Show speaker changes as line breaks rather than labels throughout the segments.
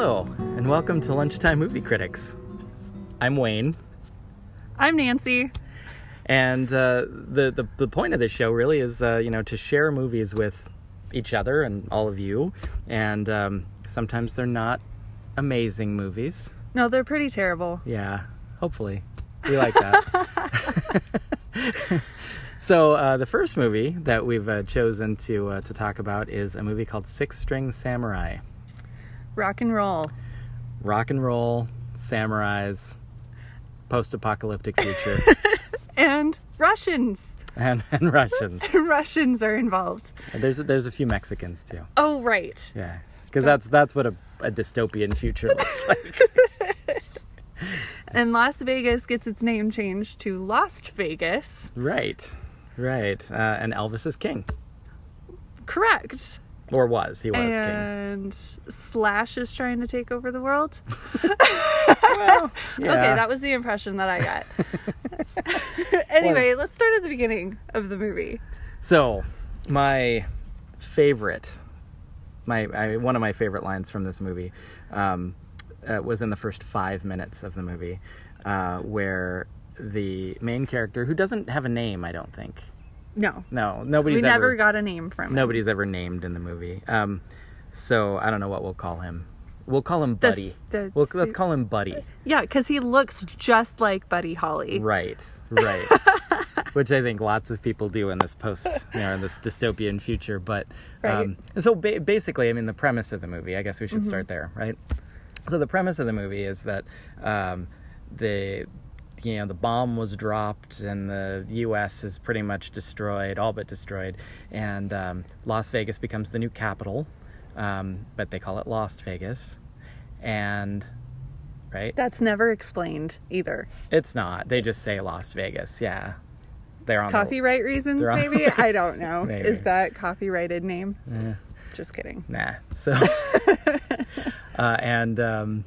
and welcome to Lunchtime Movie Critics. I'm Wayne,
I'm Nancy.
and uh, the, the the point of this show really is uh, you know to share movies with each other and all of you, and um, sometimes they're not amazing movies.
No, they're pretty terrible.
Yeah, hopefully. We like that. so, uh, the first movie that we've uh, chosen to, uh, to talk about is a movie called Six String Samurai.
Rock and roll.
Rock and roll, samurais, post apocalyptic future,
And Russians.
and, and Russians.
Russians are involved.
And there's, there's a few Mexicans too.
Oh, right.
Yeah. Because that's, that's what a, a dystopian future looks like.
And Las Vegas gets its name changed to Lost Vegas.
right. Right. Uh, and Elvis is king.
Correct.
Or was. He was king.
And Slash is trying to take over the world.
Yeah.
Okay, that was the impression that I got. anyway, let's start at the beginning of the movie.
So, my favorite, my I, one of my favorite lines from this movie, um, uh, was in the first five minutes of the movie, uh, where the main character, who doesn't have a name, I don't think.
No.
No, nobody's
we never
ever
got a name from it.
nobody's ever named in the movie. Um, so I don't know what we'll call him. We'll call him Buddy.
that's-
We'll, let's call him Buddy.
Yeah, because he looks just like Buddy Holly.
Right, right. Which I think lots of people do in this post, you know, in this dystopian future. But um, so ba- basically, I mean, the premise of the movie. I guess we should start there, right? So the premise of the movie is that um, the you know the bomb was dropped and the U.S. is pretty much destroyed, all but destroyed, and um, Las Vegas becomes the new capital, um, but they call it Lost Vegas, and right.
That's never explained either.
It's not. They just say Las Vegas. Yeah, they're on the-
Copyright reasons,
They're all-
maybe? I don't know.
Maybe.
Is that copyrighted name? Just kidding.
nah. So, uh, and um,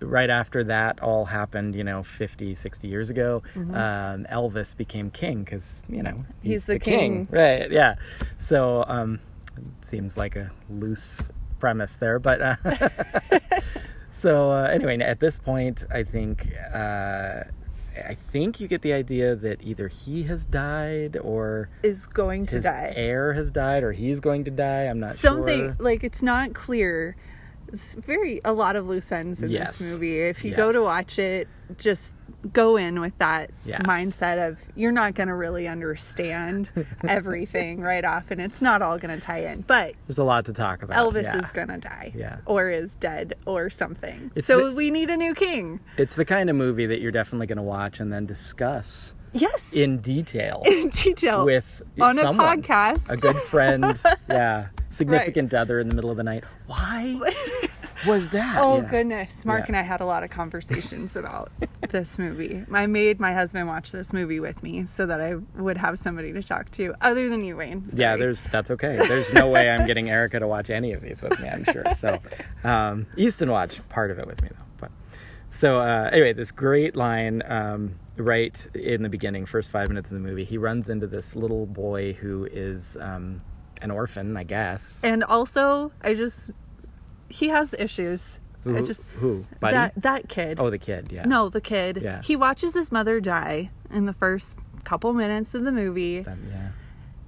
right after that all happened, you know, 50, 60 years ago, um, Elvis became king because you know he's,
Mm-hmm. He's the king.
right? Yeah. So, um, seems like a loose premise there, but. Uh, So uh, anyway, at this point, I think uh, I think you get the idea that either he has died or
Is going to
his
die.
heir has died or he's going to die. I'm not
Something
sure.
like it's not clear. It's very a lot of loose ends in
Yes.
this movie. If you go to
Yes.
watch it, just go in with that
Yeah.
mindset of you're not going to really understand everything right off, and it's not all going to tie in. But
There's a lot to talk about.
Elvis
Uh, yeah.
is going to die,
Yeah.
or is dead, or something.
It's
so
the-
we need a new king.
It's the kind of movie that you're definitely going to watch and then discuss
Yes.
in detail
in detail
with
on
someone,
a podcast.
a good friend, yeah, significant other in the middle of the night. Why was that?
oh
Yeah.
goodness, Mark
Yeah.
and I had a lot of conversations about this movie. I made my husband watch this movie with me so that I would have somebody to talk to other than you, Wayne.
Yeah,
Sorry.
there's that's okay. There's no way I'm getting Erica to watch any of these with me. I'm sure. So, um, Easton watched part of it with me though. But so uh, anyway, this great line um, right in the beginning, first five minutes of the movie, he runs into this little boy who is um, an orphan, I guess.
and also I just he has issues. I
Who-
just
who? Buddy?
that that kid.
Oh, the kid. Yeah.
No, the kid.
Yeah.
He watches his mother die in the first couple minutes of the movie.
Um, yeah.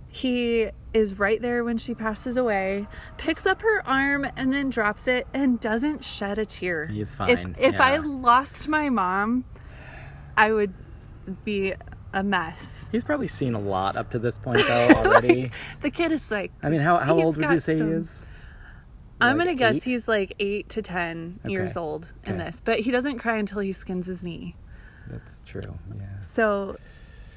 He is right there when she passes away, picks up her arm and then drops it and doesn't shed a tear.
He's
If-
fine,
If, I
yeah.
lost my mom, I would be a mess.
He's probably seen a lot up to this point though already.
The kid is like,
I mean, how how
he's
old would you
got
say he
some-
is?
I'm
Like
gonna guess
eight?
he's like eight to ten years
Okay.
old in
Okay.
this, but he doesn't cry until he skins his knee.
That's true. Yeah.
So,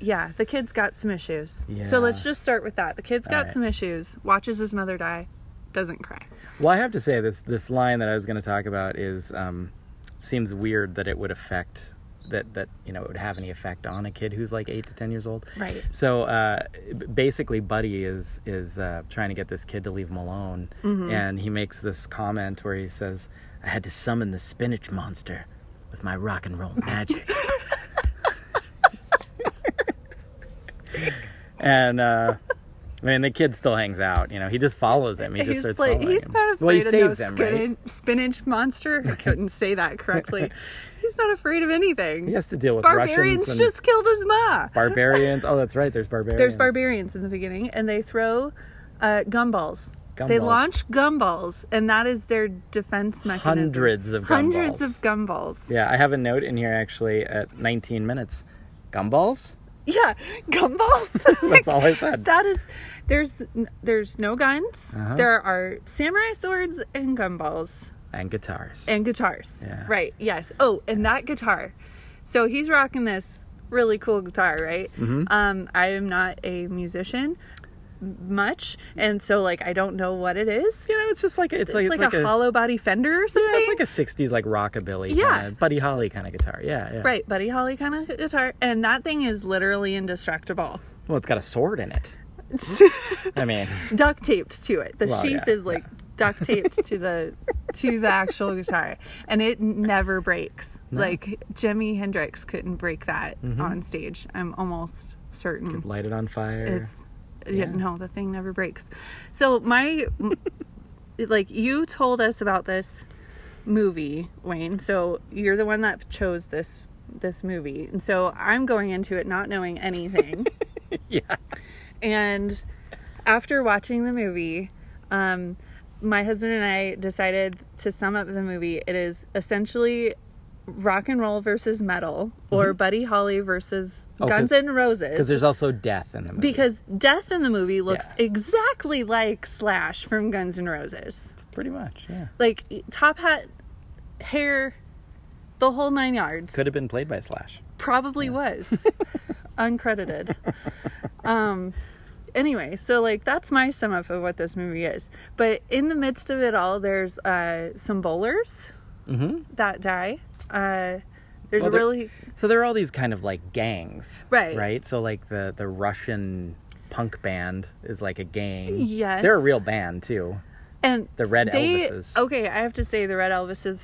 yeah, the kid's got some issues. So
Yeah.
let's just start with that. The kid's got
right.
some issues. Watches his mother die, doesn't cry.
Well, I have to say this this line that I was going to talk about is um, seems weird that it would affect that that you know it would have any effect on a kid who's like eight to ten years old.
Right.
So uh, b- basically, Buddy is is uh, trying to get this kid to leave him alone,
Mm-hmm.
and he makes this comment where he says, "I had to summon the spinach monster with my rock and roll magic." and uh, I mean, the kid still hangs out. You know, he just follows him. He just
he's
starts
like,
following
he's
him.
not afraid
well, he
of
saves
no
him,
skinny-
right?
spinach monster. I couldn't say that correctly. he's not afraid of anything.
He has to deal with
barbarians
Russians and
just killed his ma.
barbarians. Oh, that's right. There's barbarians.
There's barbarians in the beginning, and they throw uh, gumballs. They
Gumballs.
launch gumballs, and that is their defense mechanism.
Hundreds of
Hundreds
gumballs.
of gumballs.
Yeah, I have a note in here actually at 19 minutes. Gumballs?
Yeah, gumballs.
That's all I said.
Oh that is there's n- there's no guns.
Uh-huh.
There are samurai swords and gumballs
and guitars.
and guitars.
Yeah.
Right. Yes. Oh, and that guitar. So he's rocking this really cool guitar, right?
Mm-hmm.
Um, I am not a musician much, and so like I don't know what it is.
you know, it's just like it's,
It's, like, a, hollow body Fender or something.
yeah, it's like a 60s like rockabilly
Yeah.
kind of Buddy Holly kind of guitar. Yeah, yeah.
right, Buddy Holly kind of guitar, and that thing is literally indestructible.
Well, it's got a sword in it. I mean,
duct taped to it. The
Well,
sheath
yeah,
is like duct taped to the to the actual guitar, and it never breaks. Like Jimi Hendrix couldn't break that on stage. I'm almost certain
light it on fire.
it's yeah. no, the thing never breaks. So my m- like you told us about this movie, Wayne. So you're the one that chose this this movie, and so I'm going into it not knowing anything.
yeah.
And after watching the movie, um, my husband and I decided to sum up the movie. It is essentially rock and roll versus metal, or Buddy Holly versus
Mm-hmm. Oh,
Guns
'cause-
N'
Because
Roses.
there's also death in the movie.
Because death in the movie looks
Yeah.
exactly like Slash from Guns N' Roses.
pretty much, yeah.
Like e, top hat, hair, the whole nine yards
Could have been played by Slash.
probably was uncredited um anyway so like that's my sum up of what this movie is but in the midst of it all there's uh some bowlers that die uh
Mm-hmm.
there's
Well, there-
a really
So there are all these kind of like gangs,
Right.
Right. So like the the Russian punk band is like a gang.
Yes.
They're a real band too.
and
The Red
they,
Elvises. Mm-hmm.
okay i have to say the red elvises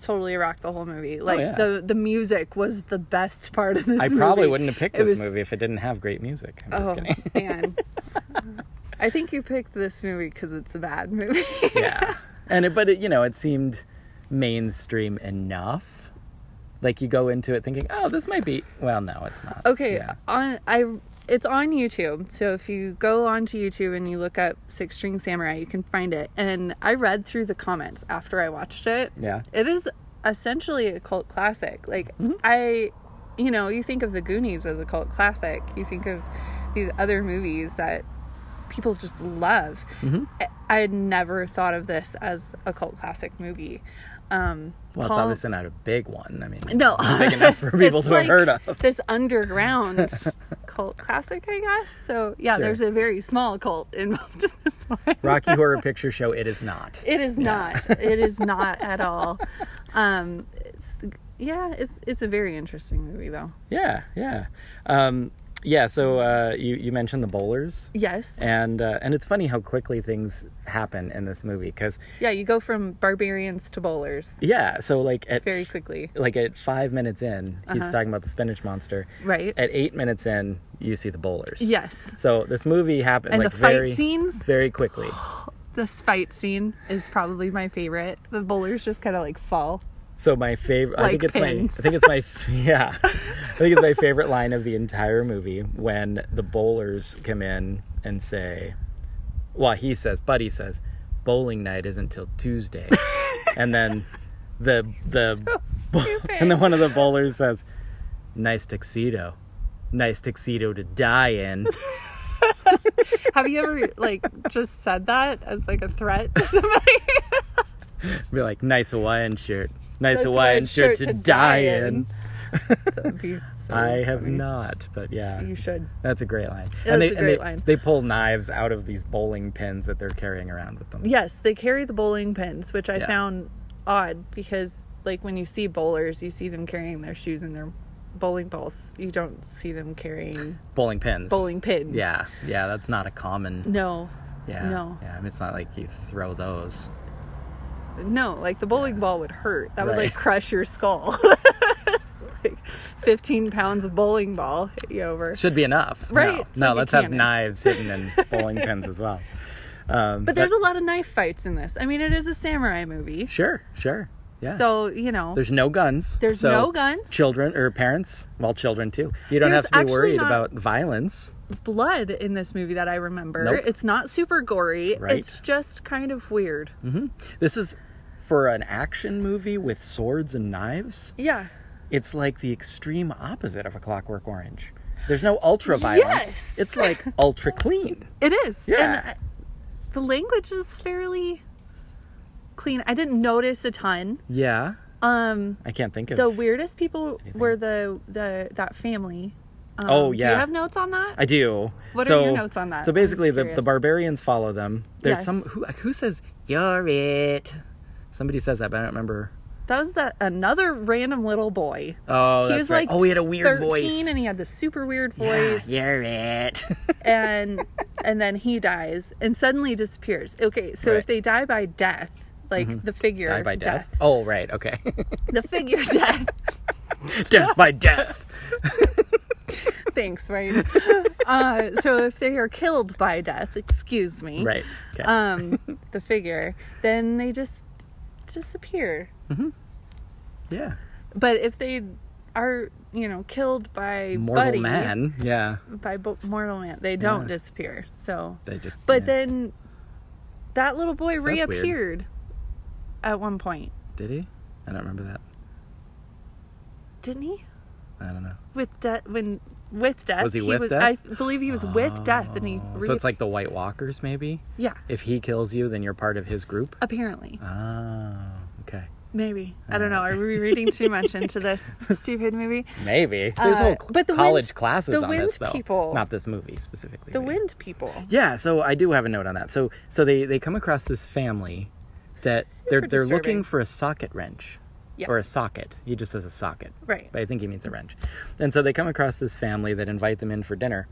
totally rocked the whole movie like
Oh, yeah.
the the music was the best part of this
I probably
movie.
wouldn't have picked
It
this
was-
movie if it didn't have great music. I'm just
oh
kidding.
man i think you picked this movie because it's a bad movie
yeah. And it, but it, you know, it seemed mainstream enough. Like you go into it thinking, oh, this might be. Well, no, it's not.
Okay,
Yeah.
on I it's on YouTube. So if you go onto YouTube and you look up Six String Samurai, you can find it. And I read through the comments after I watched it.
Yeah. Mm-hmm.
It is essentially a cult classic. Like I you know, you think of the Goonies as a cult classic. You think of these other movies that people just love.
Mm-hmm.
I- I had never thought of this as a cult classic movie. Um,
Well, it's
Paul-
obviously not a big one. I mean,
no,
big enough for people
It's
to have heard of.
This underground cult classic, I guess. So yeah,
Sure.
there's a very small cult involved in this one.
Rocky Horror Picture Show. It is not.
It is not. It is not at all. Um, it's, yeah, it's it's a very interesting movie though.
Yeah, yeah, um, yeah. So uh, you you mentioned the bowlers,
Yes.
and uh, and it's funny how quickly things happen in this movie because
Yeah, you go from barbarians to bowlers
yeah. So like at
very quickly.
like at five minutes in, he's talking about the spinach monster.
Right.
At eight minutes in, you see the bowlers.
Yes.
So this movie happened
And
like
the fight
very,
scenes?
very quickly.
This fight scene is probably my favorite. The bowlers just kind of like fall.
So my favorite, I think
Like
it's my, I
pins.
think it's my, f- yeah, I think it's my favorite line of the entire movie when the bowlers come in and say, well, he says, Buddy says, bowling night isn't till Tuesday, and then the the and then one of the bowlers says, nice tuxedo, nice tuxedo to die in.
Have you ever like just said that as like a threat to somebody?
Be like, nice Hawaiian shirt, nice,
Nice
Hawaiian,
Hawaiian
shirt, to, die, in.
That'd be so
I have
funny.
not, but yeah.
You should.
That's a great line.
It
and
is
they,
a
and
great
they,
line.
They pull knives out of these bowling pins that they're carrying around with them.
Yes, they carry the bowling pins, which I
Yeah.
found odd because like when you see bowlers, you see them carrying their shoes and their bowling balls. You don't see them carrying
Bowling pins.
bowling pins.
Yeah, yeah. That's not a common.
No.
Yeah.
No.
Yeah. I mean, it's not like you throw those.
No, like the bowling ball would hurt. That would
Right.
like crush your skull. It's like, 15 pounds of bowling ball hit you over.
Should be enough.
Right,
No,
it's
no
like a
let's have
cannon.
knives hidden and bowling pins as well. Um,
But there's a lot of knife fights in this. I mean, it is a samurai movie.
Sure, sure. Yeah.
So, you know,
there's no guns.
There's
so
no guns.
Children or parents, well, children too. You don't
There's
have to be
actually
worried
not-
about violence.
blood in this movie that I remember.
Nope.
It's not super gory.
Right.
It's just kind of weird.
This is for an action movie with swords and knives.
Yeah.
It's like the extreme opposite of a Clockwork Orange. There's no ultra violence.
Yes.
It's like ultra clean.
It is.
Yeah.
And I, the language is fairly clean. I didn't notice a ton.
Yeah.
Um
I can't think of.
the weirdest people were the the that family. Um,
Oh,
Do
yeah.
you have notes on that?
I do.
What are your notes on that?
So
I'm just
basically, the, the
curious.
barbarians follow them. There's
Yes.
some who who says you're it. Somebody says that, but I don't remember.
that was the another random little boy.
Oh,
he
that's
was
right.
like
oh, he had a weird
13
voice.
and he had this super weird
Yeah,
voice.
you're it.
and and then he dies and suddenly disappears. Okay, so
Right. Mm-hmm.
if they die by death, like the figure
Die by death. Oh, right. Okay.
the figure death.
death by death.
Thanks, right? uh, so if they are killed by death, excuse me,
Right. Okay.
Um, the figure, then they just disappear.
yeah.
But if they are, you know, killed by
Mortal
buddy,
man. Yeah.
by bo- mortal man, they don't
Yeah.
disappear. So,
They just.
but
yeah,
then that little boy
weird.
reappeared at one point,
did he? I don't remember that.
didn't he?
I don't know.
with death when with death
Was he with death?
i believe he was with death and he
Oh,
re-
so it's like the White Walkers, maybe.
yeah
If he kills you, then you're part of his group.
apparently
Oh, okay.
maybe i don't know are we reading too much into this stupid movie
Maybe there's
Uh,
whole
but
but
the
college
wind-
classes
the
on this
wind
though.
people-
Not this movie specifically.
the
but-
wind people
Yeah, so I do have a note on that. So so they they come across this family that
Super
they're they're
disturbing.
looking for a socket wrench.
Yes.
Or a socket. He just says a socket.
Right.
But I think he means a wrench. And so they come across this family that invite them in for dinner.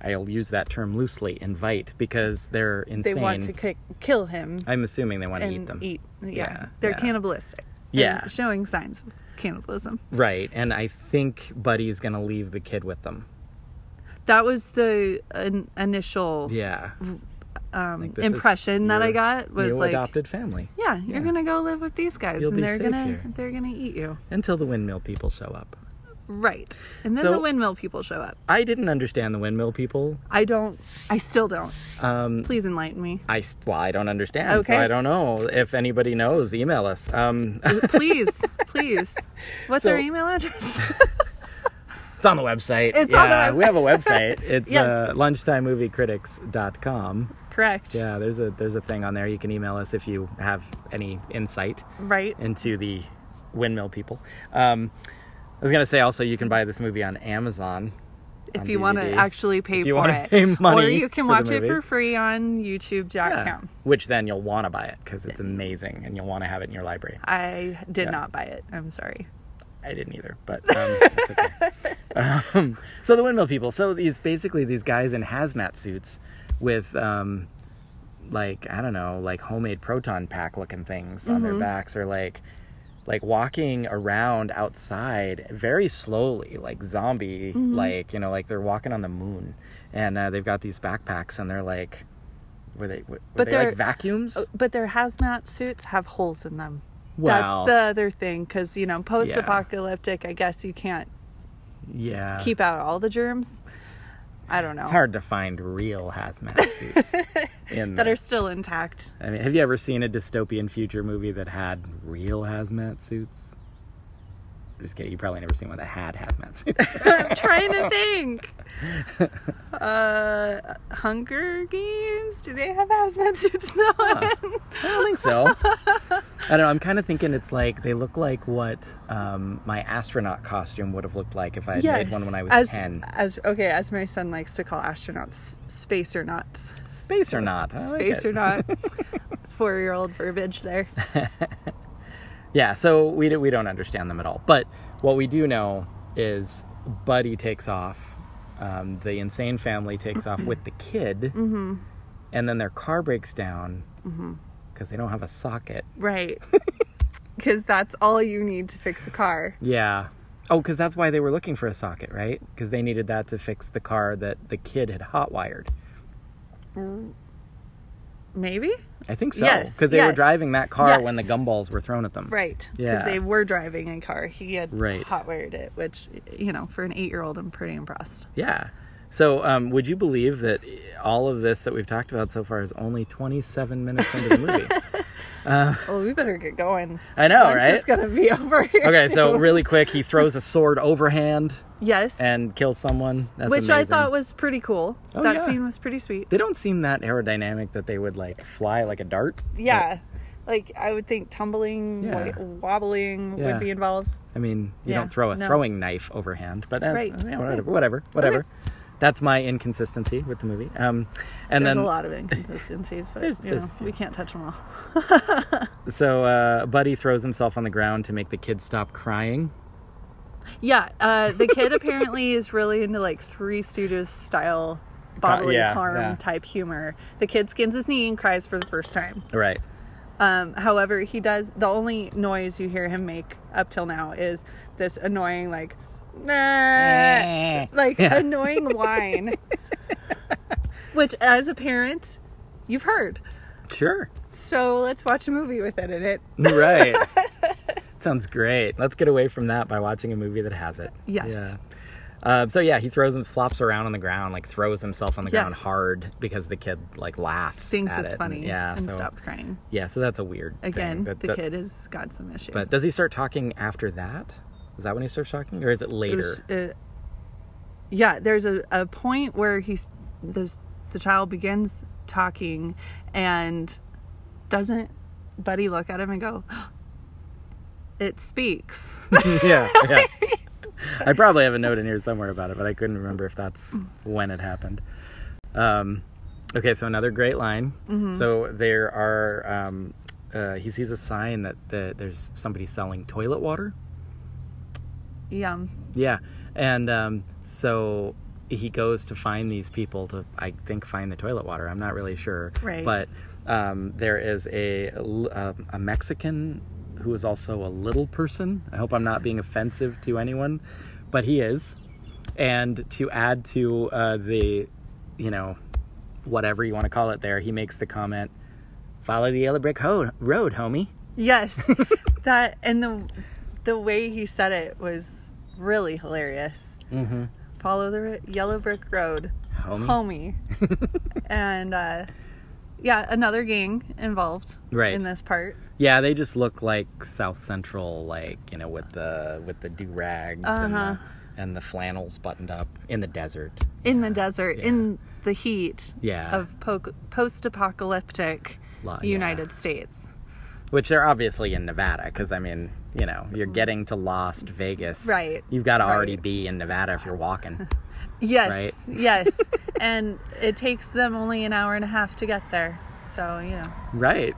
I'll use that term loosely, invite, because they're
they
insane.
want to kick, kill him
I'm assuming they want to
and
eat them.
yeah,
Yeah,
they're
yeah.
cannibalistic and
Yeah.
showing signs of cannibalism
Right. And I think Buddy's gonna leave the kid with them.
that was the in- initial
Yeah.
um,
Like, this is
impression that i
your
got was
new
like
adopted family.
yeah you're gonna go live with these guys
You'll
and
be
they're
safe
gonna
here.
they're gonna eat you
Until the windmill people show up.
right and then
So-
the windmill people show up
I didn't understand the windmill people.
I don't. I still don't.
Um,
Please enlighten me.
I s- well, I don't understand.
Okay.
So I don't know if anybody knows. Email us. Um,
Please, please. What's
So-
our email address?
it's on the website.
It's
yeah,
on the
we have a website. It's
Yes.
uh, lunchtimemoviecritics.com.
Correct.
Yeah, there's a there's a thing on there. You can email us if you have any insight
Right.
into the windmill people. Um, I was gonna say also you can buy this movie on Amazon.
if
on
you want to
DVD.
actually pay
If you
for
wanna
it,
pay money
or you can
for the
watch it
movie.
for free on YouTube.com.
Yeah. Which then you'll want to buy it because it's amazing and you'll want to have it in your library.
I did
Yeah.
not buy it. I'm sorry.
I didn't either, but um, that's okay. um, so the windmill people. So these basically these guys in hazmat suits with um, like I don't know, like homemade proton pack looking things on
Mm-hmm.
their backs are like like walking around outside very slowly, like zombie,
Mm-hmm.
like you know, like they're walking on the moon, and uh, they've got these backpacks and they're like. Were they, were
But
they
they're- uh,
like vacuums?
But their hazmat suits have holes in them.
Wow.
That's the other thing, because you know, post-apocalyptic, I guess you can't
yeah.
keep out all the germs. I don't know
Uh. It's hard to find real hazmat suits. in
that
the-
are still intact.
I mean, have you ever seen a dystopian future movie that had real hazmat suits? I'm just kidding. You probably never seen one that had hazmat suits.
I'm trying to think. Uh, Hunger Games? Do they have hazmat suits? No.
I don't think so. I don't know. I'm kind of thinking it's like they look like what um, my astronaut costume would have looked like if I had made one when I was
as,
ten.
As okay, as my son likes to call astronauts, space or nuts,
Space or not? I like
space
it.
or not. Four-year-old verbiage there.
Yeah. So we do, we don't understand them at all. But what we do know is Buddy takes off. Um, the insane family takes off with the kid,
Mm-hmm.
and then their car breaks down because they don't have a socket.
Right. Because that's all you need to fix a car.
Yeah. Oh, because that's why they were looking for a socket, right? Because they needed that to fix the car that the kid had hotwired.
Maybe?
I think so.
Yes,
Because they were
yes,
driving that car
yes.
when the gumballs were thrown at them.
Right.
Yeah.
Because they were driving a car. He had
Right.
hotwired it, which, you know, for an eight year old, I'm pretty impressed.
Yeah. So, um, would you believe that all of this that we've talked about so far is only 27 minutes into the movie?
Well, we better get going.
I know,
Lunch
right?
is going to be over here.
Okay, so
soon.
really quick, he throws a sword overhand
Yes.
and kills someone. That's
which I
amazing.
thought was pretty cool.
Oh,
that
yeah.
scene was pretty sweet.
They don't seem that aerodynamic that they would like fly like a dart.
Yeah. Like, I would think tumbling,
Yeah.
like, wobbling
Yeah.
would be involved.
I mean, you
Yeah,
don't throw a
no.
throwing knife overhand, but that's,
Right.
you know, whatever, whatever, whatever. That's my inconsistency with the movie. Um, and
There's
then
a lot of inconsistencies, but
There's-
you
there's
know,
a few.
we can't touch them all.
so uh, Buddy throws himself on the ground to make the kid stop crying.
Yeah, uh, the kid apparently is really into like Three Stooges style bodily
yeah,
harm
yeah.
type humor. The kid skins his knee and cries for the first time.
Right.
Um, however, he does the only noise you hear him make up till now is this annoying like, "Nah," like
Eh. Yeah.
annoying whine, which as a parent you've heard.
Sure.
So let's watch a movie with it in it.
Right. Sounds great. Let's get away from that by watching a movie that has it.
Yes.
Yeah. Um, so yeah, he throws him, flops around on the ground, like throws himself on the ground
Yes.
hard because the kid like laughs,
Thinks
at
it's
it.
funny
And, yeah.
and
so
stops crying.
yeah, so that's a weird thing.
Again,
That-
the
that-
kid has got some issues.
But does he start talking after that? Is that when he starts talking, or is it later?
It was, uh, yeah, there's a, a point where he's this the child begins talking and doesn't Buddy look at him and go, "It speaks."
yeah, yeah. I probably have a note in here somewhere about it, but I couldn't remember if that's when it happened. Um, okay, so another great line. So there are. Um, uh, he sees a sign that the, there's somebody selling toilet water.
Yum.
Yeah, and um, so he goes to find these people to, I think, find the toilet water. I'm not really sure,
Right.
But um, there is a a, a Mexican who is also a little person. I hope I'm not being offensive to anyone, but he is. And to add to uh, the, you know, whatever you want to call it, there he makes the comment, "Follow the yellow brick ho- road, homie."
Yes, that and the the way he said it was really hilarious.
Mm-hmm.
Follow the ri- yellow brick road,
Homie.
homie, and uh, yeah, another gang involved
Right.
in this part.
Yeah, they just look like South Central, like you know, with the with the do rags and,
Uh-huh.
the, and the flannels buttoned up in the desert.
in the desert
yeah.
in the heat
Yeah.
of po- post-apocalyptic
Lo- yeah.
United States.
Which they're obviously in Nevada, because I mean, you know, you're getting to Lost Vegas,
Mm-hmm. Right,
You've got to already
right.
be in Nevada if you're walking.
Yes,
Right.
yes, and it takes them only an hour and a half to get there. So you know,
right.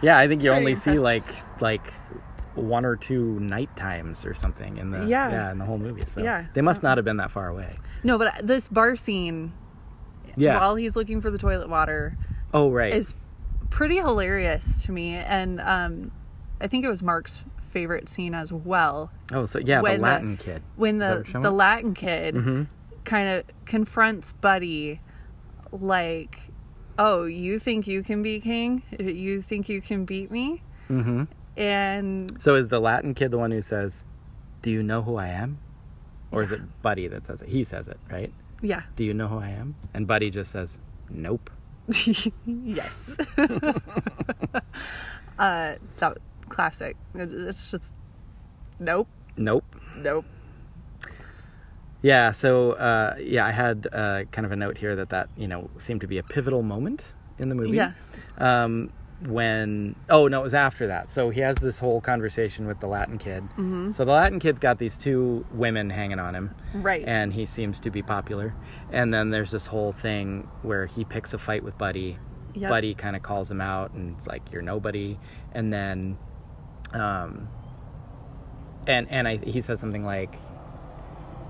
yeah, I think you
Very
only see
impressive.
like like one or two night times or something in the
Yeah.
yeah in the whole movie. So
Yeah. Uh-huh.
they must not have been that far away.
no, but this bar scene
Yeah.
while he's looking for the toilet water
oh right.
is pretty hilarious to me, and um, I think it was Mark's favorite scene as well.
oh so yeah, the
when the-
Latin kid.
when
Is that
the
what you're Mm-hmm.
the
showing?
Latin kid kind of confronts Buddy, like, "Oh, you think you can be king? You think you can beat me?" Mm-hmm. And
So is the Latin kid the one who says, "Do you know who I am?" Or is it Buddy that says it? He says it, right?
yeah,
"Do you know who I am?" And Buddy just says, "Nope."
yes, uh, that classic. It's just nope,
Nope.
nope.
Yeah, so uh, yeah, I had uh, kind of a note here that that, you know, seemed to be a pivotal moment in the movie.
Yes,
um, when oh no it was after that so he has this whole conversation with the latin kid mm-hmm. so the latin kid's got these two women hanging on him
Right.
and he seems to be popular and then there's this whole thing where he picks a fight with buddy
Yep.
buddy kind of calls him out and it's like you're nobody and then um and and I, he says something like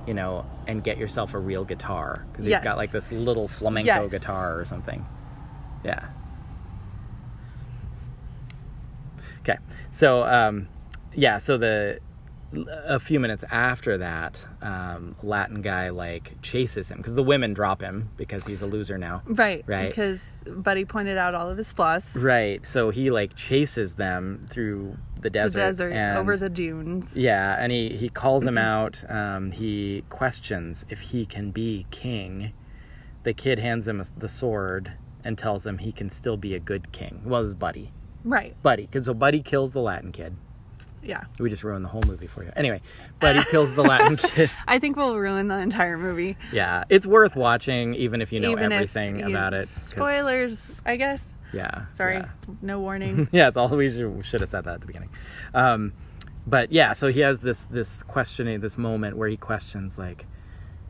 you know and get yourself a real guitar because
Yes.
he's got like this little flamenco
Yes.
guitar or something yeah Okay. So um yeah, so the a few minutes after that, um, Latin guy like chases him because the women drop him because he's a loser now.
Right.
Right.
Because Buddy pointed out all of his flaws.
Right. So he like chases them through the
The
desert,
desert,
and-
over the dunes.
Yeah, and he, he calls him out.
Mm-hmm.
Um, he questions if he can be king. The kid hands him the sword and tells him he can still be a good king. Well, his buddy.
Right.
Buddy. Because so Buddy kills the Latin kid.
Yeah.
We just ruined the whole movie for you. Anyway, Buddy kills the Latin kid.
I think we'll ruin the entire movie.
Yeah, it's worth watching even if you know
even if
everything
you-
about it. 'cause-
Spoilers, I guess.
Yeah.
Sorry.
yeah.
No warning.
yeah, it's all we should, should have said that at the beginning. Um, but yeah, so he has this this questioning, this moment where he questions like,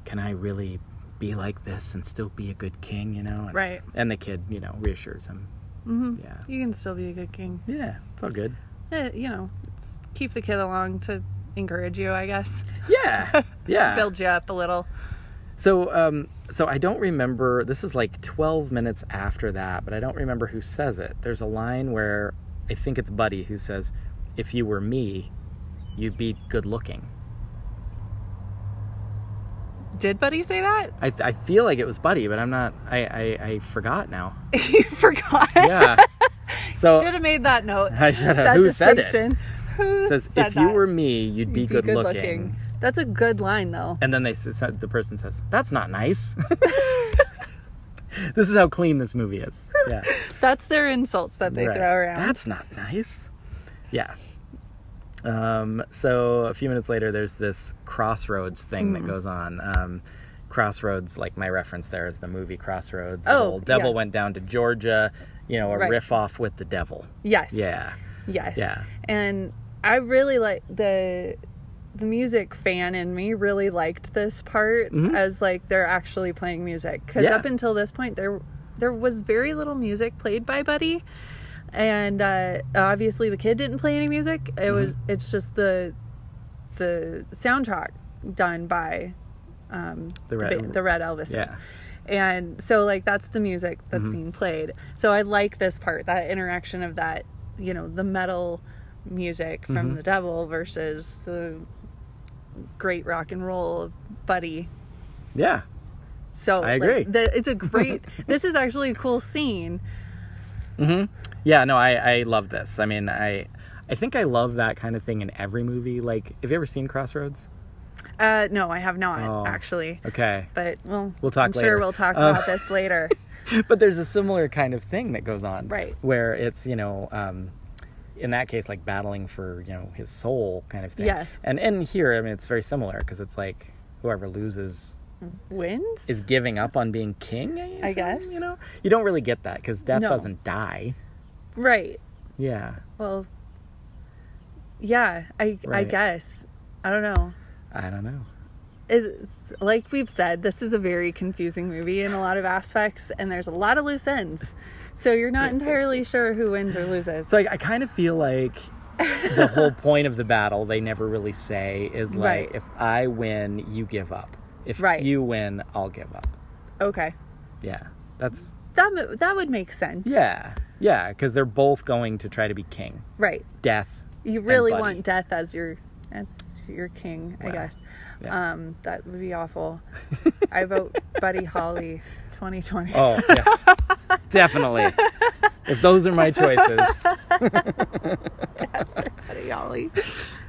"Can I really be like this and still be a good king?" You know, and,
Right. Mm-hmm.
And the kid, you know, reassures him. Yeah,
you can still be a good king.
yeah, it's all good.
Eh, you know, s- keep the kid along to encourage you, I guess.
Yeah, yeah.
Build you up a little.
So, um, so I don't remember. This is like 12 minutes after that, but I don't remember who says it. There's a line where I think it's Buddy who says, "If you were me, you'd be good looking."
Did Buddy say that?
I, I feel like it was Buddy, but I'm not. I I, I forgot now.
you forgot.
Yeah. So
should have made that note.
I should have.
That
Who said it?
distinction. Who
says
said
if you
that?
were me, you'd be,
Be
good, looking.
That's a good line, though.
And then they s- said- the person says, "That's not nice." this is how clean this movie is. Yeah.
That's their insults that they
Right.
throw around.
That's not nice. Yeah. Um, so a few minutes later, there's this crossroads thing
Hmm.
that goes on. Um, crossroads, like my reference there is the movie Crossroads. the
Oh,
whole devil
yeah.
went down to Georgia. You know, a
Right.
riff off with the devil.
yes.
Yeah.
Yes.
Yeah.
And I really like the the music fan in me really liked this part as like they're actually playing music cuz
Mm-hmm. Yeah.
up until this point there there was very little music played by Buddy and uh obviously the kid didn't play any music it
Mm-hmm.
was it's just the the soundtrack done by um
The
the
Red-
red, the, red Elvises.
Yeah. Mm-hmm.
And so like that's the music that's being played. So I like this part, that interaction of that, you know, the metal music from
Mm-hmm.
the devil versus the great rock and roll of Buddy.
Yeah.
So
I
like,
agree.
the, it's a great this is actually a cool scene.
Yeah. No, I I love this. I mean, I I think I love that kind of thing in every movie. Like, have you ever seen Crossroads?
Uh no, I have not
Oh.
actually.
Okay.
But well,
We'll talk
I'm
later.
sure we'll talk
Uh,
about this later.
but there's a similar kind of thing that goes on
Right.
where it's you know um in that case like battling for you know his soul kind of thing
Yeah.
and and here i mean it's very similar because it's like whoever loses
Wins?
is giving up on being king i, assume,
guess.
you know you don't really get that because death
No.
doesn't die
Right.
yeah
Well, yeah, I I
Right.
guess. I don't know.
i don't know
Is like we've said, this is a very confusing movie in a lot of aspects, and there's a lot of loose ends. So you're not entirely sure who wins or loses.
so like, i kind of feel like the whole point of the battle they never really say is like
Right.
if i win you give up if
Right.
you win i'll give up
Okay,
yeah that's
that mo- that would make sense.
Yeah, yeah, because they're both going to try to be king.
Right.
Death.
You really
buddy.
want death as your as your king, I guess.
yeah.
Um, that would be awful. I vote Buddy Holly, 2020.
Oh, yeah. definitely. If those are my choices,
Buddy Holly.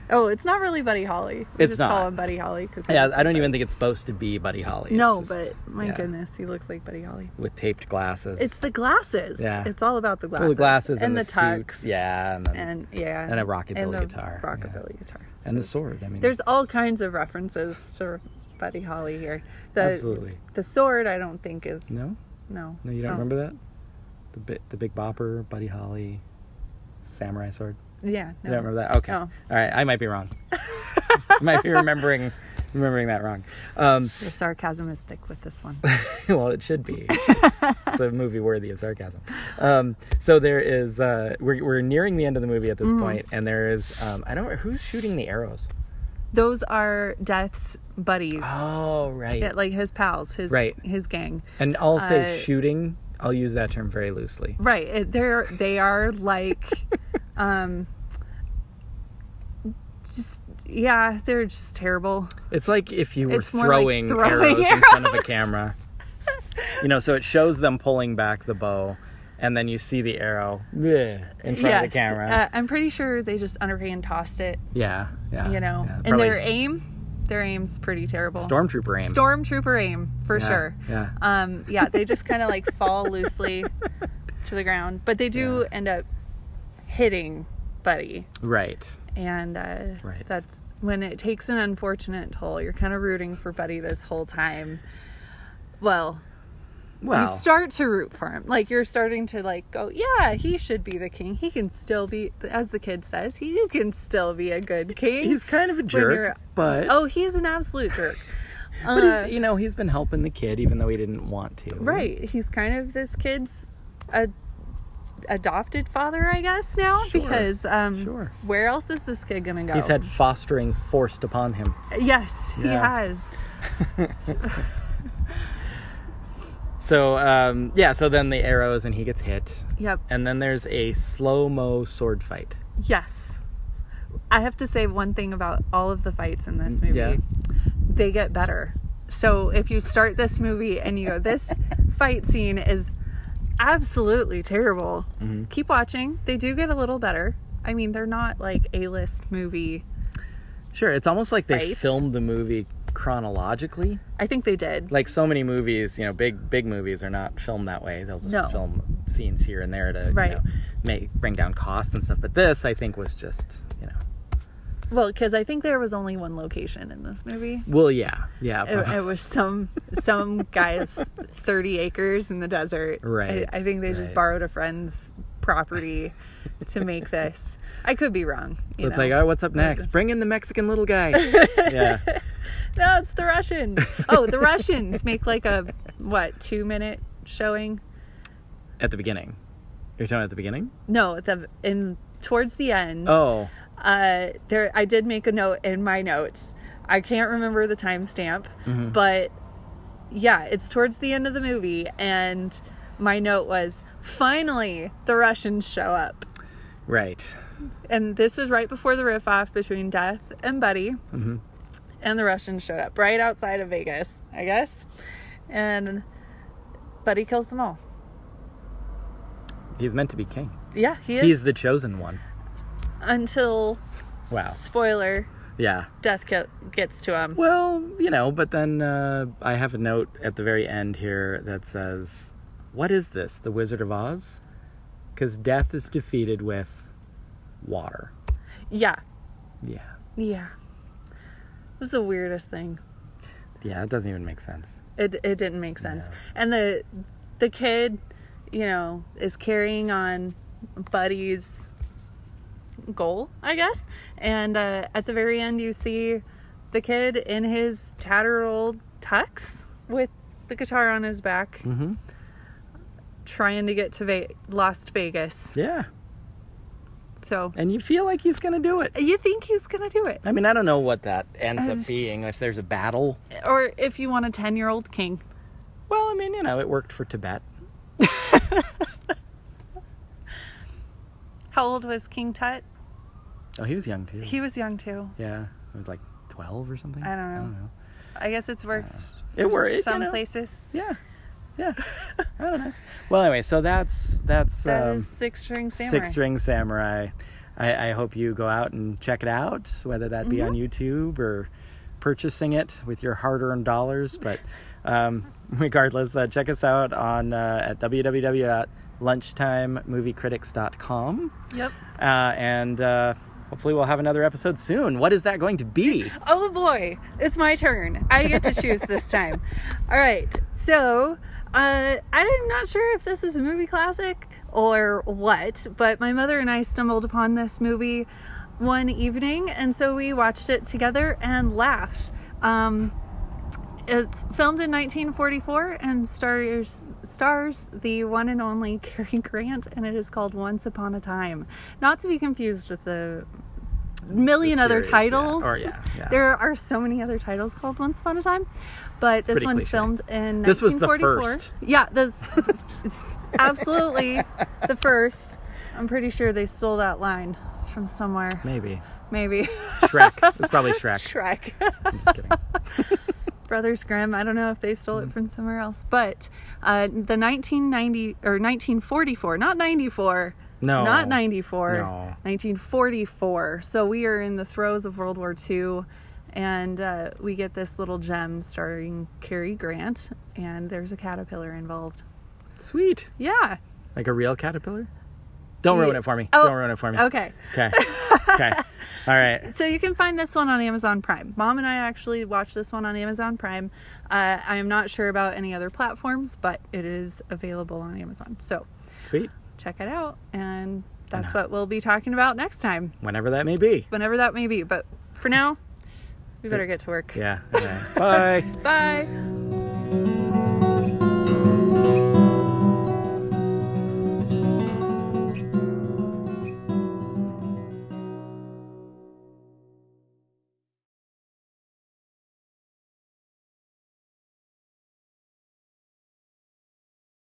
Oh, it's not really Buddy Holly. We
It's
just call
not.
him Buddy Holly because
yeah, I don't even think it's supposed to be Buddy Holly. It's
No,
just-
but my
yeah,
goodness, he looks like Buddy Holly.
with taped glasses,
It's the glasses.
Yeah.
It's all about the glasses.
Well, the glasses and,
the,
the,
tucks.
suits, yeah, and, then, and,
And yeah.
And a rockabilly
and the
guitar, yeah.
Rockabilly guitar.
the sword. I mean,
There's all kinds of references to Buddy Holly here. The,
absolutely
The sword, I don't think is no.
no,
No, Oh.
no, you don't remember that the bit, the Big Bopper, Buddy Holly, samurai sword.
Yeah. No.
You don't remember that? Okay.
No.
All right, I might be wrong. I might be remembering remembering that wrong. Um,
The sarcasm is thick with this one.
well, it should be. It's, it's a movie worthy of sarcasm. Um, so there is. Uh, we're we're nearing the end of the movie at this point, and there is. Um, I don't. Who's shooting the arrows?
Those are Death's buddies.
Oh, right.
Yeah, like his pals, his
Right.
his gang.
and I'll say
uh,
shooting. I'll use that term very loosely.
Right. It, they're they are like um just yeah, they're just terrible.
It's like if you were
It's more like
throwing,
throwing
arrows in front of a camera. you know, so it shows them pulling back the bow, and then you see the arrow bleh, in front
yes,
of the camera.
Uh, I'm pretty sure they just underhand tossed it.
yeah, yeah.
You know,
Uh, yeah.
and
Probably
their aim, their aim's pretty terrible.
stormtrooper aim.
Stormtrooper aim for
Yeah,
sure.
Yeah.
Um, yeah, they just kind of like fall loosely to the ground, but they do end up hitting Buddy,
Right.
and uh,
Right.
that's when it takes an unfortunate toll. You're kind of rooting for Buddy this whole time. Well,
Well,
you start to root for him. Like you're starting to like go, yeah, he should be the king. He can still be, as the kid says, he you can still be a good king.
he's kind of a
you're-
jerk, but
oh, he's an absolute jerk.
but
Uh,
he's, you know, he's been helping the kid even though he didn't want to.
Right. He's kind of this kid's a, adopted father, I guess, now.
Sure.
Because um,
Sure.
where else is this kid going to go?
He's had fostering forced upon him.
Yes, he
Yeah.
has.
So um, yeah, so then the arrows and he gets hit,
Yep.
and then there's a slow mo sword fight.
Yes. I have to say one thing about all of the fights in this movie.
Mm, yeah.
They get better. So if you start this movie and you go, this fight scene is absolutely terrible,
Mm-hmm.
keep watching. They do get a little better. I mean, they're not like A list movie.
Sure, it's almost like they
Fights.
filmed the movie chronologically.
I think they did.
Like so many movies, you know, big big movies are not filmed that way. They'll just
No.
film scenes here and there to
Right.
you know, make bring down cost and stuff. But this, I think, was just you know,
Well, because I think there was only one location in this movie.
well, yeah, yeah,
It, it was some some guy's thirty acres in the desert.
Right,
I, I think they just
right.
borrowed a friend's property to make this. I could be wrong. you
So it's
know.
like, all right, what's up next? Bring in the Mexican little guy. yeah,
no, it's the Russian. Oh, the Russians make like a what two minute showing?
at the beginning. You're talking at the beginning?
No, the in towards the end.
Oh,
uh, there I did make a note in my notes. I can't remember the timestamp, but yeah, it's towards the end of the movie, and my note was finally the Russians show up,
right.
and this was right before the riff off between Death and Buddy, and the Russians showed up right outside of Vegas, I guess, and Buddy kills them all.
He's meant to be king.
Yeah, he is
He's the chosen one.
until
Wow.
spoiler,
Yeah.
Death ki- gets to him.
Well, you know, but then uh, I have a note at the very end here that says, "What is this? The Wizard of Oz?" Because death is defeated with water.
Yeah,
Yeah.
Yeah. It was the weirdest thing.
Yeah, it doesn't even make sense.
It it didn't make sense. And the the kid, you know, is carrying on Buddy's goal, I guess. And uh, at the very end you see the kid in his tattered old tux with the guitar on his back.
Mhm.
Trying to get to Ve- Las Vegas.
Yeah.
So
And you feel like he's gonna do it.
you think he's going to do it.
I mean, I don't know what that ends
I'm
up
s-
being. If there's a battle.
Or if you want a 10 year old king.
Well, I mean, you know, it worked for Tibet.
How old was King Tut?
Oh, he was young too.
He was young too.
yeah, he was like twelve or something.
I don't know.
I don't know.
I guess it's works.
It
for
wor- it, you
some
know.
places.
Yeah. Yeah. I don't know. Well, anyway, so that's that's
That
um,
six string samurai.
Six String Samurai. I, I hope you go out and check it out, whether that be on
Mm-hmm.
YouTube or purchasing it with your hard-earned dollars. But um, regardless, uh, check us out on uh, at www.lunchtimemoviecritics.com,
Yep.
uh, and uh, hopefully we'll have another episode soon. What is that going to be?
Oh boy, it's my turn. I get to choose this time. All right. So uh, I'm not sure if this is a movie classic or what, but my mother and I stumbled upon this movie one evening, and so we watched it together and laughed. Um, It's filmed in 1944 and stars stars the one and only Cary Grant, and it is called Once Upon a Time. Not to be confused with the million
The
other
series, yeah.
titles.
Or, yeah, yeah.
There are so many other titles called Once Upon a Time, but this
pretty
one's
cliche.
filmed in
This was the
1944.
first.
Yeah, this it's absolutely the first. I'm pretty sure they stole that line from somewhere.
Maybe.
Maybe.
Shrek. It's probably Shrek.
Shrek.
I'm just kidding.
Brothers Grimm. I don't know if they
Mm-hmm.
stole it from somewhere else, but uh, the 1990 or 1944, not 94.
No.
Not 94.
No.
1944. So we are in the throes of World War II, and uh, we get this little gem starring Cary Grant, and there's a caterpillar involved.
Sweet.
Yeah.
Like a real caterpillar? Don't ruin it for me.
Oh,
Don't ruin it for me.
Okay.
Okay. okay. All right.
So you can find this one on Amazon Prime. Mom and I actually watched this one on Amazon Prime. Uh, I am not sure about any other platforms, but it is available on Amazon. So
Sweet.
check it out, and that's what we'll be talking about next time,
Whenever that may be.
whenever that may be. But for now, we better get to work.
Yeah. Okay. Bye.
Bye.